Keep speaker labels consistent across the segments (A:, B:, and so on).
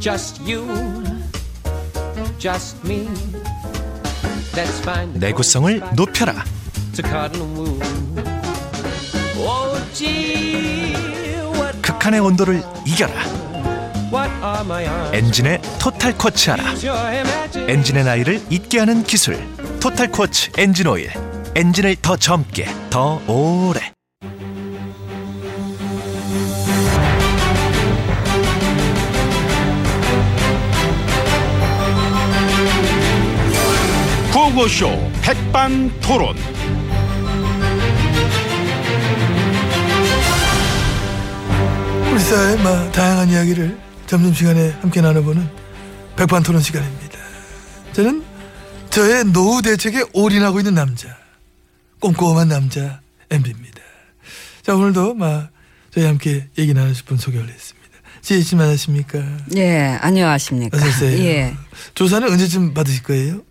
A: Just you, just me. Let's find the
B: 내구성을
A: cold
B: 높여라.
A: spot to cuddle and woo. Oh, gee, what,
B: 극한의 온도를 이겨라.
A: what are my arms?
B: 엔진의 토탈 코치하라.
A: Your imagination.
B: 엔진의 나이를 잊게 하는 기술. 토탈 코치 엔진 오일. 엔진을 더 젊게, 더 오래.
C: 구호쇼 백반토론.
D: 우리 사회의 마- 다양한 이야기를 점심시간에 함께 나눠보는 백반토론 시간입니다. 저는 저의 노후 대책에 올인하고 있는 남자, 꼼꼼한 남자 MB입니다. 자 오늘도 마 저희 함께 얘기 나누실 분 소개를 했습니다. 지혜 씨 안녕하십니까?
E: 예, 안녕하십니까.
D: 어서 오세요.
E: 예.
D: 조사는 언제쯤 받으실 거예요?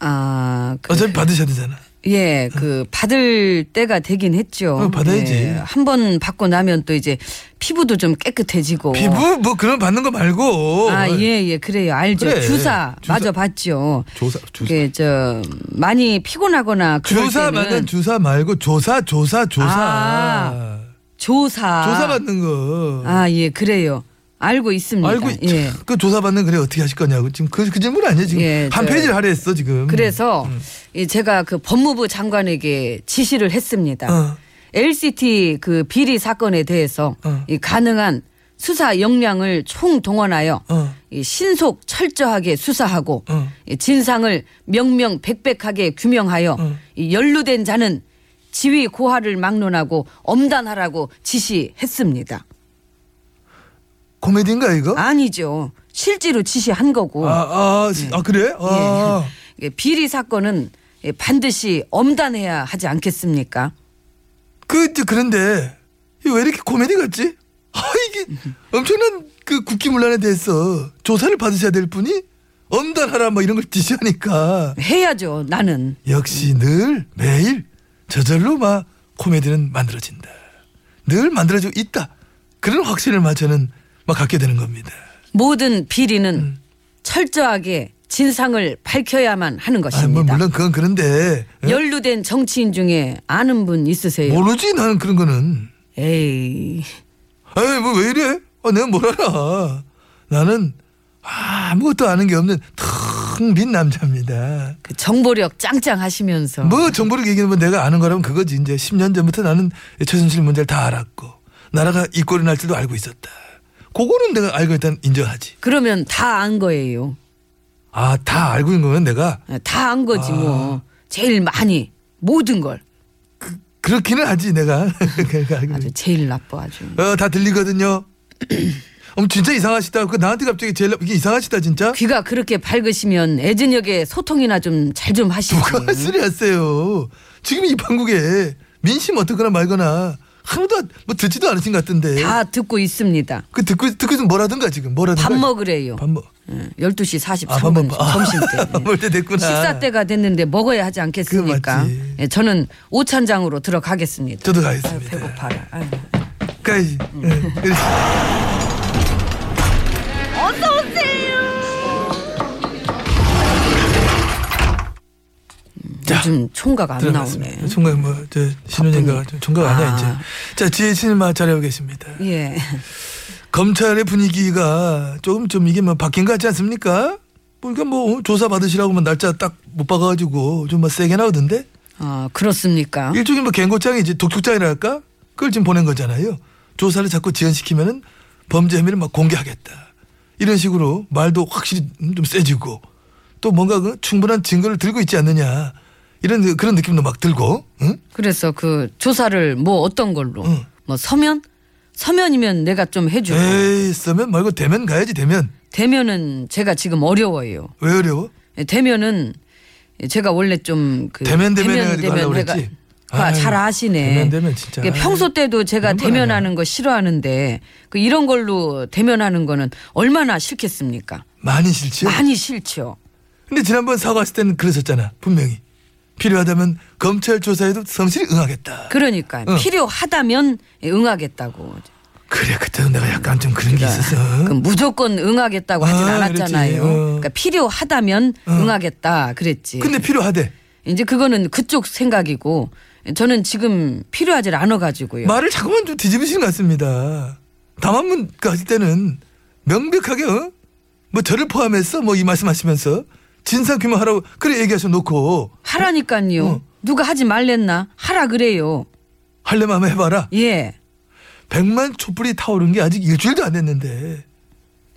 E: 아, 그,
D: 어차피 받으셔야 되잖아.
E: 예, 그 받을 때가 되긴 했죠. 예,
D: 어, 받아야지.
E: 한 번 받고 나면 또 이제 피부도 좀 깨끗해지고.
D: 피부 뭐 그런 거 받는 거 말고.
E: 아, 예, 예, 그래요. 알죠.
D: 그래.
E: 주사,
D: 주사.
E: 맞아 봤죠.
D: 조사 조사.
E: 그, 저, 많이 피곤하거나 그럴
D: 조사
E: 때는
D: 받는 주사 말고 조사 조사 조사.
E: 아. 조사.
D: 조사 받는 거.
E: 아, 예, 그래요. 알고 있습니다.
D: 알고 있-
E: 예.
D: 그 조사받는 글에 어떻게 하실 거냐고 지금 그, 그 질문 아니에요 지금
E: 예,
D: 한
E: 저-
D: 페이지를 하려 했어 지금
E: 그래서
D: 음.
E: 이 제가 그 법무부 장관에게 지시를 했습니다.
D: 어.
E: LCT 그 비리 사건에 대해서
D: 어.
E: 이 가능한 수사 역량을 총 동원하여
D: 어.
E: 이 신속 철저하게 수사하고
D: 어.
E: 이 진상을 명명백백하게 규명하여
D: 어.
E: 이 연루된 자는 지위 고하를 막론하고 엄단하라고 지시했습니다.
D: 코미디인가 이거
E: 아니죠. 실제로 지시한 거고.
D: 아, 아, 시- 아, 그래 아,
E: 예. 비리 사건은 예, 반드시 엄단해야 하지 않겠습니까?
D: 그 이제 그런데 이거 왜 이렇게 코미디 같지 아 이게 엄청난 그 국기문란에 대해서 조사를 받으셔야 될 분이 엄단하라 뭐 이런 걸 지시하니까
E: 해야죠. 나는.
D: 역시 늘 매일 저절로 막 코미디는 만들어진다 늘 만들어지고 있다 그런 확신을 마 저는 막 갖게 되는 겁니다.
E: 모든 비리는
D: 음.
E: 철저하게 진상을 밝혀야만 하는
D: 아, 뭐
E: 것입니다.
D: 물론 그건 그런데 예? 뭐?
E: 연루된 정치인 중에 아는 분 있으세요?
D: 모르지 나는 그런 거는
E: 에이.
D: 에이 뭐 왜 이래 아, 내가 뭘 알아 나는 아무것도 아는 게 없는 텅빈 남자입니다
E: 그 정보력 짱짱하시면서
D: 뭐 정보를 얘기하면 내가 아는 거라면 그거지 이제 10년 전부터 나는 최순실 문제를 다 알았고 나라가 이 꼴이 날 줄도 알고 있었다 그거는 내가 알고 일단 인정하지
E: 그러면 다 안 거예요.
D: 아 다 알고 있는 거면 내가
E: 다 안 거지
D: 아.
E: 뭐. 제일 많이 모든 걸
D: 그렇기는 하지 내가 그러니까 알고
E: 아주
D: 있-
E: 제일 나빠 아주.
D: 어, 다 들리거든요 어머 진짜 이상하시다 그 나한테 갑자기 제일 이게 이상하시다 진짜
E: 귀가 그렇게 밝으시면 애진혁의 소통이나 좀 잘 좀 하시고.
D: 누가 쓰리하세요? 지금 이 판국에 민심 어떻거나 말거나 하나도 뭐 듣지도 않으신 것 같은데.
E: 다 듣고 있습니다.
D: 그 듣고 듣고 있으면 뭐라든가 지금 뭐라든가.
E: 밥 먹으래요.
D: 밥 먹.
E: 12시 43분
D: 아, 밥 먹. 아,
E: 점심 때. 예.
D: 밥 먹을 때 됐구나.
E: 식사 때가 됐는데 먹어야 하지
D: 그거
E: 않겠습니까?
D: 맞지.
E: 예, 저는 오찬장으로 들어가겠습니다.
D: 저도
E: 아유,
D: 가겠습니다.
E: 배고파라. 아유.
D: 가야지. 예, 그래.
E: 아, 요즘 총각 안 나오네.
D: 들어갔습니다. 총각 뭐저 신혼인가 총각 아니야
E: 아.
D: 이제. 자 지혜 씨는 잘하고 계십니다.
E: 예.
D: 검찰의 분위기가 조금 좀 이게 뭐 바뀐 것 같지 않습니까? 뭐 그러니까 뭐 조사 받으시라고 뭐 날짜 딱 못 박아가지고 좀 뭐 세게 나오던데.
E: 아, 그렇습니까?
D: 일종의 뭐 갱고장이지 독촉장이랄까 그걸 지금 보낸 거잖아요 조사를 자꾸 지연시키면은 범죄 혐의를 막 공개하겠다 이런 식으로 말도 확실히 좀 세지고 또 뭔가 그 충분한 증거를 들고 있지 않느냐 이런 그런 느낌도 막 들고 응?
E: 그래서 그 조사를 뭐 어떤 걸로?
D: 응.
E: 뭐 서면? 서면이면 내가 좀 해주고
D: 에이 쓰면 말고 대면 가야지 대면
E: 대면은 제가 지금 어려워요.
D: 왜 어려워
E: 예, 대면은 제가 원래 좀그
D: 대면 대면 해가지고 하려고 그랬지? 아유,
E: 잘 아시네.
D: 대면 대면 진짜.
E: 이게 평소 때도 제가
D: 그런 건
E: 대면하는 거 싫어하는데 그 이런 걸로 대면하는 거는 얼마나 싫겠습니까?
D: 많이 싫지
E: 많이 싫죠.
D: 근데 지난번 사과했을 때는 그러셨잖아 분명히 필요하다면 검찰 조사에도 성실히 응하겠다
E: 그러니까
D: 응.
E: 필요하다면 응하겠다고.
D: 그래 그때는 내가 약간 좀 그런 게 있었어.
E: 그 무조건 응하겠다고 하진
D: 아,
E: 않았잖아요.
D: 그랬지. 어.
E: 그러니까 필요하다면 응하겠다 그랬지.
D: 근데 필요하대.
E: 이제 그거는 그쪽 생각이고 저는 지금 필요하질 않아 가지고요.
D: 말을 자꾸만 좀 뒤집으시는 것 같습니다. 담화문 가실 때는 명백하게 어? 뭐 저를 포함해서 뭐 이 말씀하시면서 진상 규명하라고 그래 얘기하셔 놓고
E: 하라니까요.
D: 어.
E: 누가 하지 말랬나? 하라 그래요.
D: 할래면 한번 해봐라.
E: 예.
D: 백만 촛불이 타오른 게 아직 일주일도 안 됐는데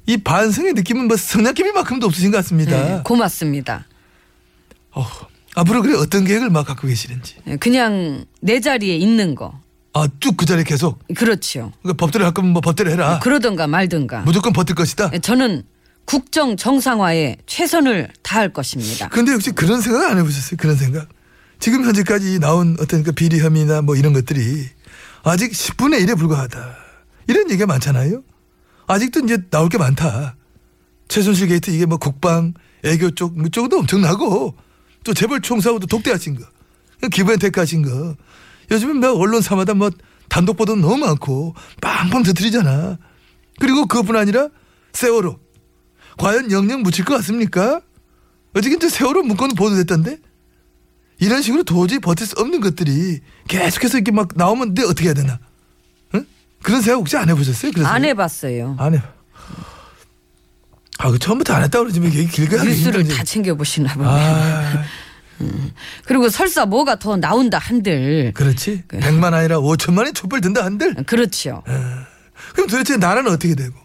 D: 이 반성의 느낌은 뭐 성냥개비만큼도 없으신 것 같습니다.
E: 예, 고맙습니다.
D: 어우, 앞으로 그래 어떤 계획을 막 갖고 계시는지
E: 예, 그냥 내 자리에 있는 거.
D: 아 쭉 그 자리에 계속
E: 그렇지요.
D: 그러니까 법대로 할 거면 뭐 법대로 해라.
E: 아, 그러던가 말든가.
D: 무조건 버틸 것이다.
E: 예, 저는 국정 정상화에 최선을 다할 것입니다.
D: 근데 역시 그런 생각 안 해보셨어요? 그런 생각? 지금 현재까지 나온 어떤 그 비리 혐의나 뭐 이런 것들이 아직 10분의 1에 불과하다. 이런 얘기가 많잖아요. 아직도 이제 나올 게 많다. 최순실 게이트 이게 뭐 국방, 애교 쪽, 뭐 쪽도 엄청나고 또 재벌 총사하고도 독대하신 거. 기부엔 테크하신 거. 요즘은 뭐 언론사마다 뭐 단독 보도 너무 많고 빵빵 터뜨리잖아. 그리고 그것뿐 아니라 세월호. 과연 영영 묻힐 것 같습니까? 어저께 이제 세월호 문건 보도됐던데 이런 식으로 도저히 버틸 수 없는 것들이 계속해서 이렇게 막 나오면 내 어떻게 해야 되나? 응? 그런 생각 혹시 안 해보셨어요? 그래서?
E: 안 해봤어요.
D: 안 해. 아, 그 처음부터 안 했다 그러지 뭐 이게 길게 하는
E: 뉴스를 다 챙겨보시나 보네.
D: 아,
E: 그리고 설사 뭐가 더 나온다 한들.
D: 그렇지. 백만 아니라 오천만의 촛불 든다 한들.
E: 그렇죠.
D: 네. 그럼 도대체 나라는 어떻게 되고,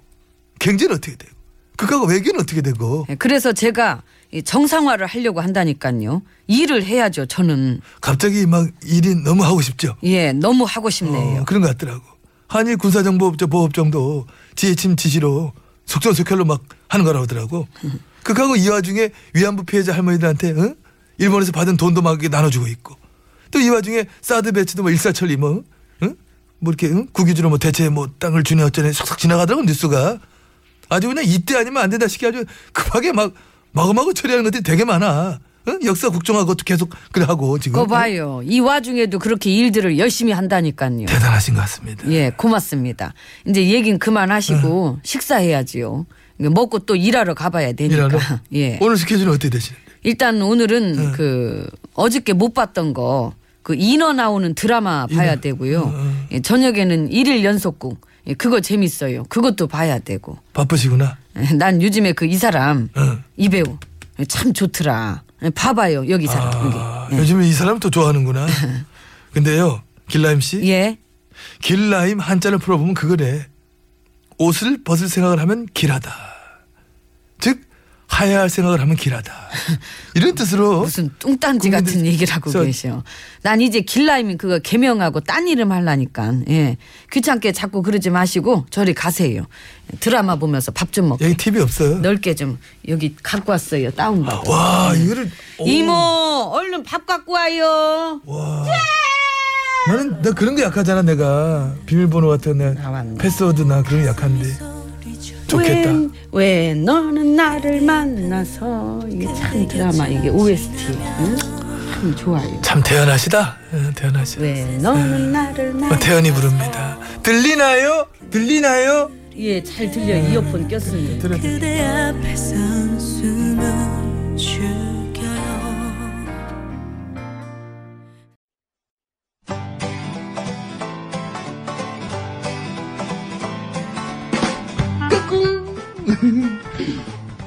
D: 경제는 어떻게 되고, 국가가 외교는 어떻게 되고,
E: 예, 그래서 제가 이 정상화를 하려고 한다니까요. 일을 해야죠. 저는
D: 갑자기 막 일이 너무 하고 싶죠.
E: 예 너무 하고 싶네요.
D: 어, 그런 것 같더라고. 한일 군사정보업체 보호업정도 지혜침 지시로 속전속결로 막 하는 거라고 하더라고. 그하고 이 와중에 위안부 피해자 할머니들한테 응? 일본에서 받은 돈도 막 이렇게 나눠주고 있고 또 이 와중에 사드 배치도 뭐 일사천리 뭐, 응? 뭐 이렇게 응? 국유주로 뭐 대체 뭐 땅을 주네 어쩌네 싹싹 지나가더라고 뉴스가 아주 그냥 이때 아니면 안 된다 시기 아주 급하게 막 마구마구 처리하는 것들이 되게 많아. 응? 역사 국정하고 것도 계속 그래 하고 지금
E: 그거 봐요. 이 와중에도 그렇게 일들을 열심히 한다니까요.
D: 대단하신 것 같습니다.
E: 예 고맙습니다. 이제 얘긴 그만하시고 식사해야지요. 이게 먹고 또 일하러 가봐야 되니까.
D: 일하러?
E: 예.
D: 오늘 스케줄은 어떻게 네. 되시는데?
E: 일단 오늘은 그 어저께 못 봤던 거 그 인어 나오는 드라마 봐야 되고요.
D: 어,
E: 예, 저녁에는 일일 연속극 예, 그거 재밌어요. 그것도 봐야 되고.
D: 바쁘시구나.
E: 난 요즘에 그 이 사람
D: 응.
E: 이 배우 예, 참 좋더라. 예, 봐봐요 여기 이 사람
D: 아,
E: 예.
D: 요즘에 이 사람 또 좋아하는구나. 근데요, 길라임 씨,
E: 여기. 예.
D: 길라임 한자를 풀어보면 그거래. 옷을 벗을 생각을 하면 길하다. 즉 하야 할 생각을 하면 길하다. 이런 뜻으로
E: 무슨 뚱딴지 같은
D: 국민들-
E: 얘기를 하고
D: 저-
E: 계셔. 난 이제 길라임이 그거 개명하고 딴 이름 하려니까. 예. 귀찮게 자꾸 그러지 마시고 저리 가세요. 드라마 보면서 밥 좀 먹게.
D: 여기 TV 없어.
E: 넓게 좀 여기 갖고 왔어요. 다운받아.
D: 와 이거를 오,
E: 이모 얼른 밥 갖고 와요.
D: 와. 나는 나 그런 거 약하잖아 내가 비밀번호 같은 내
E: 나왔네.
D: 패스워드 나 그런 거 약한데 좋겠다.
E: 웬, 왜 너는 나를 만나서 이게 참 드라마 이게 OST 응? 참 좋아요.
D: 참 대단하시다. 응, 대단하시다.
E: 왜 너는 나를
D: 어,
E: 만
D: 태연이 부릅니다. 들리나요? 들리나요?
E: 예잘 들려 이어폰 꼈으니.
D: 들어.
F: 그대 앞에선 숨을 죽여요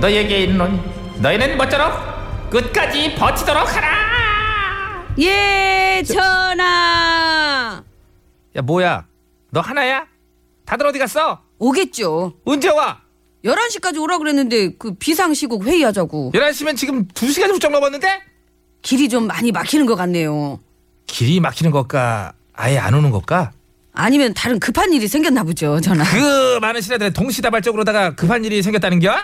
G: 너에게 이르노니 너희는 모쪼록 끝까지 버티도록 하라
H: 예, 전하.
G: 야 뭐야 너 하나야? 다들 어디 갔어?
E: 오겠죠.
G: 언제 와?
E: 11시까지 오라 그랬는데 그 비상시국 회의하자고.
G: 11시면 지금 2시간이 훌쩍 넘었는데?
E: 길이 좀 많이 막히는 것 같네요.
G: 길이 막히는 것과 아예 안 오는 것과
E: 아니면 다른 급한 일이 생겼나 보죠, 전화.
G: 그 많은 신하들의 동시다발적으로다가 급한 일이 생겼다는 겨?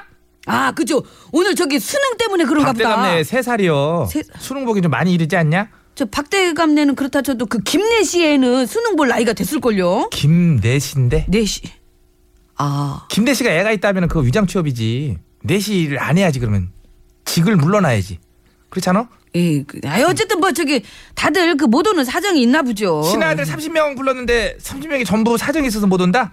E: 아, 그죠. 오늘 저기 수능 때문에 그런가 보다.
G: 박대감네 세 살이요.
E: 세-
G: 수능 보기 좀 많이 이르지 않냐?
E: 저 박대감네는 그렇다 쳐도 그 김내 씨에는 수능 볼 나이가 됐을걸요?
G: 김내시인데
E: 네 씨. 아,
G: 김내시가 애가 있다면 그거 위장 취업이지. 내시를 안 해야지 그러면 직을 물러나야지. 그렇지 않아?
E: 예. 그, 아, 어쨌든 뭐 저기 다들 그 못 오는 사정이 있나 보죠.
G: 신하들 30명 불렀는데 30명이 전부 사정이 있어서 못 온다?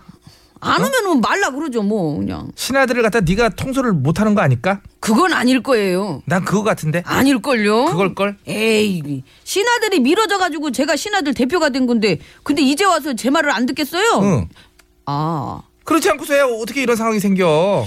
E: 안
G: 어?
E: 오면 뭐 말라 그러죠, 뭐 그냥.
G: 신하들을 갖다 네가 통솔을 못하는 거 아닐까?
E: 그건 아닐 거예요.
G: 난 그거 같은데.
E: 아닐걸요?
G: 그걸걸?
E: 에이, 신하들이 밀어져가지고 제가 신하들 대표가 된 건데, 근데 이제 와서 제 말을 안 듣겠어요?
G: 응.
E: 아,
G: 그렇지 않고서야 어떻게 이런 상황이 생겨?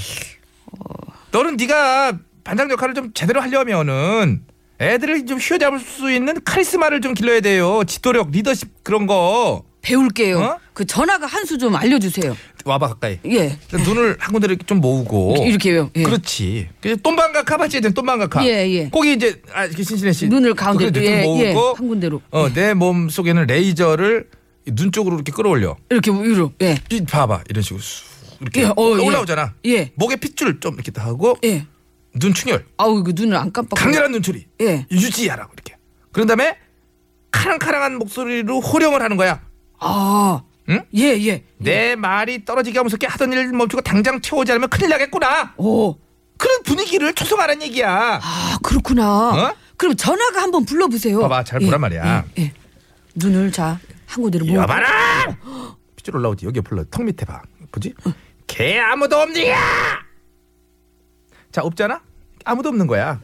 G: 너는 네가 반장 역할을 좀 제대로 하려면은 애들을 좀 휘어잡을 수 있는 카리스마를 좀 길러야 돼요. 지도력, 리더십 그런 거.
E: 배울게요.
G: 어?
E: 그 전화가 한 수 좀 알려주세요.
G: 와봐 가까이.
E: 예.
G: 눈을 한 군데로 이렇게 좀 모으고
E: 이렇게요. 예.
G: 그렇지. 그 똥방각하 맞지? 이제 똥방각하.
E: 예, 예.
G: 거기 이제 아, 이렇게 신신해 씨.
E: 눈을 가운데로,
G: 그걸 이제 좀
E: 예, 예,
G: 모으고
E: 한 군데로.
G: 어내 몸 속에는 레이저를 눈 쪽으로 이렇게 끌어올려.
E: 이렇게 위로. 예.
G: 이 봐봐 이런 식으로 쑥 이렇게
E: 예, 어, 예.
G: 올라오잖아.
E: 예.
G: 목에 핏줄 좀 이렇게 다 하고
E: 예.
G: 눈 충혈,
E: 아우, 그 눈을 안 깜빡.
G: 강렬한 눈초리
E: 예.
G: 유지하라고 이렇게. 그런 다음에 카랑카랑한 목소리로 호령을 하는 거야.
E: 아.
G: 응?
E: 예, 예.
G: 내 말이 떨어지게 하면서 이렇게 하던 일 멈추고 당장 태우지 않으면 큰일 나겠구나.
E: 오.
G: 그런 분위기를 조성하라는 얘기야.
E: 아, 그렇구나.
G: 어?
E: 그럼 전화가 한번 불러보세요.
G: 봐봐, 잘 보란 말이야.
E: 예, 예. 눈을 자, 한 군데로 뭐 모으고.
G: 여봐라! 핏줄 올라오지. 여기 불러. 턱 밑에 봐. 보지? 개 아무도 없니야! 자, 없잖아? 아무도 없는 거야.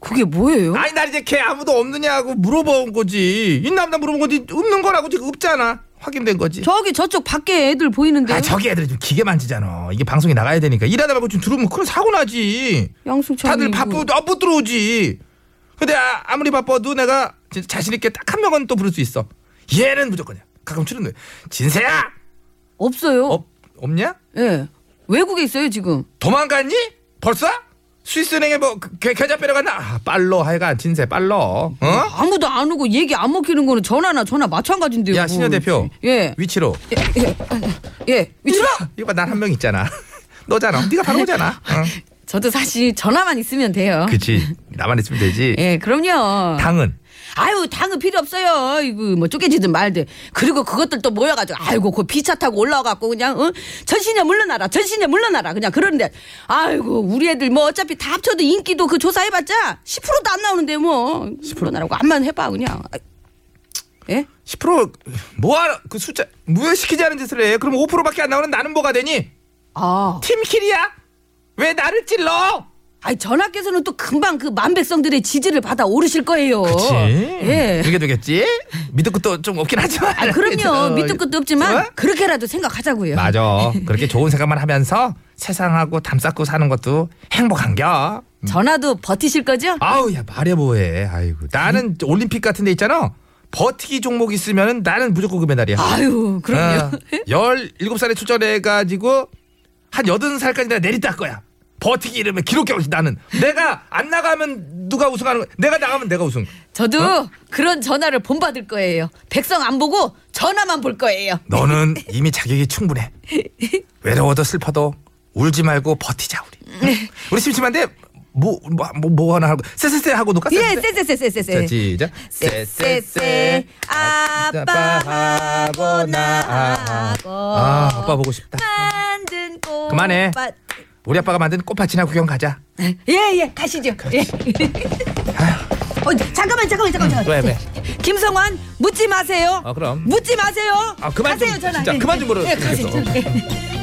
E: 그게 뭐예요?
G: 아니, 나 이제 개 아무도 없느냐고 물어본 거지. 있나 없나 물어본 거지. 없는 거라고 지금 없잖아. 확인된 거지.
E: 저기 저쪽 밖에 애들 보이는데요.
G: 아, 저기 애들이 좀 기계 만지잖아. 이게 방송에 나가야 되니까. 일하다 말고 좀 들으면 그런 사고 나지.
E: 양승찬
G: 다들
E: 이거.
G: 바쁘도 아, 못 들어오지. 근데 아, 아무리 바빠도 내가 진짜 자신 있게 딱 한 명은 또 부를 수 있어. 얘는 무조건이야. 가끔 출연돼. 진세야,
E: 없어요.
G: 없 없냐?
E: 예. 외국에 있어요 지금.
G: 도망갔니? 벌써? 스위스은행에 뭐 그- 그 계좌 빼려갔나? 아, 빨로 하여간 진세 빨로. 어?
E: 아무도 안 오고 얘기 안 먹히는 거는 전화나 전화 마찬가지인데요.
G: 야 신현 대표.
E: 예.
G: 위치로. 아,
E: 예. 위치로.
G: 이거 난 한 명 있잖아. 너잖아. 네가 바로 오잖아. 어? 응.
E: 저도 사실 전화만 있으면 돼요.
G: 그치. 나만 있으면 되지.
E: 예, 그럼요.
G: 당은
E: 아유, 당은 필요 없어요. 이거 뭐 쪼개지든 말든. 그리고 그것들 또 모여가지고, 아이고, 그 비차 타고 올라와갖고 그냥 어? 전신에 물러나라, 전신에 물러나라. 그냥 그러는데, 아이고, 우리 애들 뭐 어차피 다 합쳐도 인기도 그 조사해봤자 10%도 안 나오는데 뭐 10%. 물러나라고 안만 해봐 그냥. 아, 예?
G: 10% 뭐하러 그 숫자 왜 시키지 않은 짓을 해? 그럼 5%밖에 안 나오는 나는 뭐가 되니?
E: 아,
G: 팀킬이야? 왜 나를 찔러?
E: 아니 전하께서는 또 금방 그 만백성들의 지지를 받아 오르실 거예요.
G: 그치.
E: 예.
G: 그게 되겠지? 믿을 것도 좀 없긴 하지만.
E: 아,
G: 어,
E: 그럼요. 믿을 것도
G: 어?
E: 없지만 그렇게라도 생각하자고요.
G: 맞아. 그렇게 좋은 생각만 하면서 세상하고 담쌓고 사는 것도 행복한겨.
E: 전화도 버티실 거죠?
G: 아우 야 말해 뭐해. 아이고 나는 올림픽 같은 데 있잖아. 버티기 종목 있으면 나는 무조건 금메달이야.
E: 아유, 그럼요.
G: 17살에 출전해가지고 한 80살까지 내가 내리딸 거야. 버티기 이러면 기록경이 나는. 내가 안 나가면 누가 우승하는 거야. 내가 나가면 내가 우승. 어?
E: 저도 그런 전화를 본받을 거예요. 백성 안 보고 전화만 볼 거예요.
G: 너는 이미 자격이 충분해. 외로워도 슬퍼도 울지 말고 버티자
E: 네.
G: 우리. 우리 심심한데 뭐 뭐 뭐 하나 하고 세세세 하고 놀까?
E: 예,
G: 세세세. 자,
E: 쎄쎄쎄쎄쎄.
G: 시작.
E: 쎄쎄쎄 아빠하고 나하고
G: 아 아빠 보고 싶다.
E: 만든 꽃.
G: 그만해. 우리 아빠가 만든 꽃밭이나 구경 가자.
E: 예예 가시죠. 예. 어, 잠깐만 잠깐만 잠깐만. 잠깐만.
G: 왜, 왜?
E: 김성환 묻지 마세요.
G: 아, 그럼.
E: 묻지 마세요.
G: 아, 그만 좀,
E: 가세요 전화.
G: 진짜 그만 좀 물어.
E: 예, 가세요.
G: 그래서.
E: 예.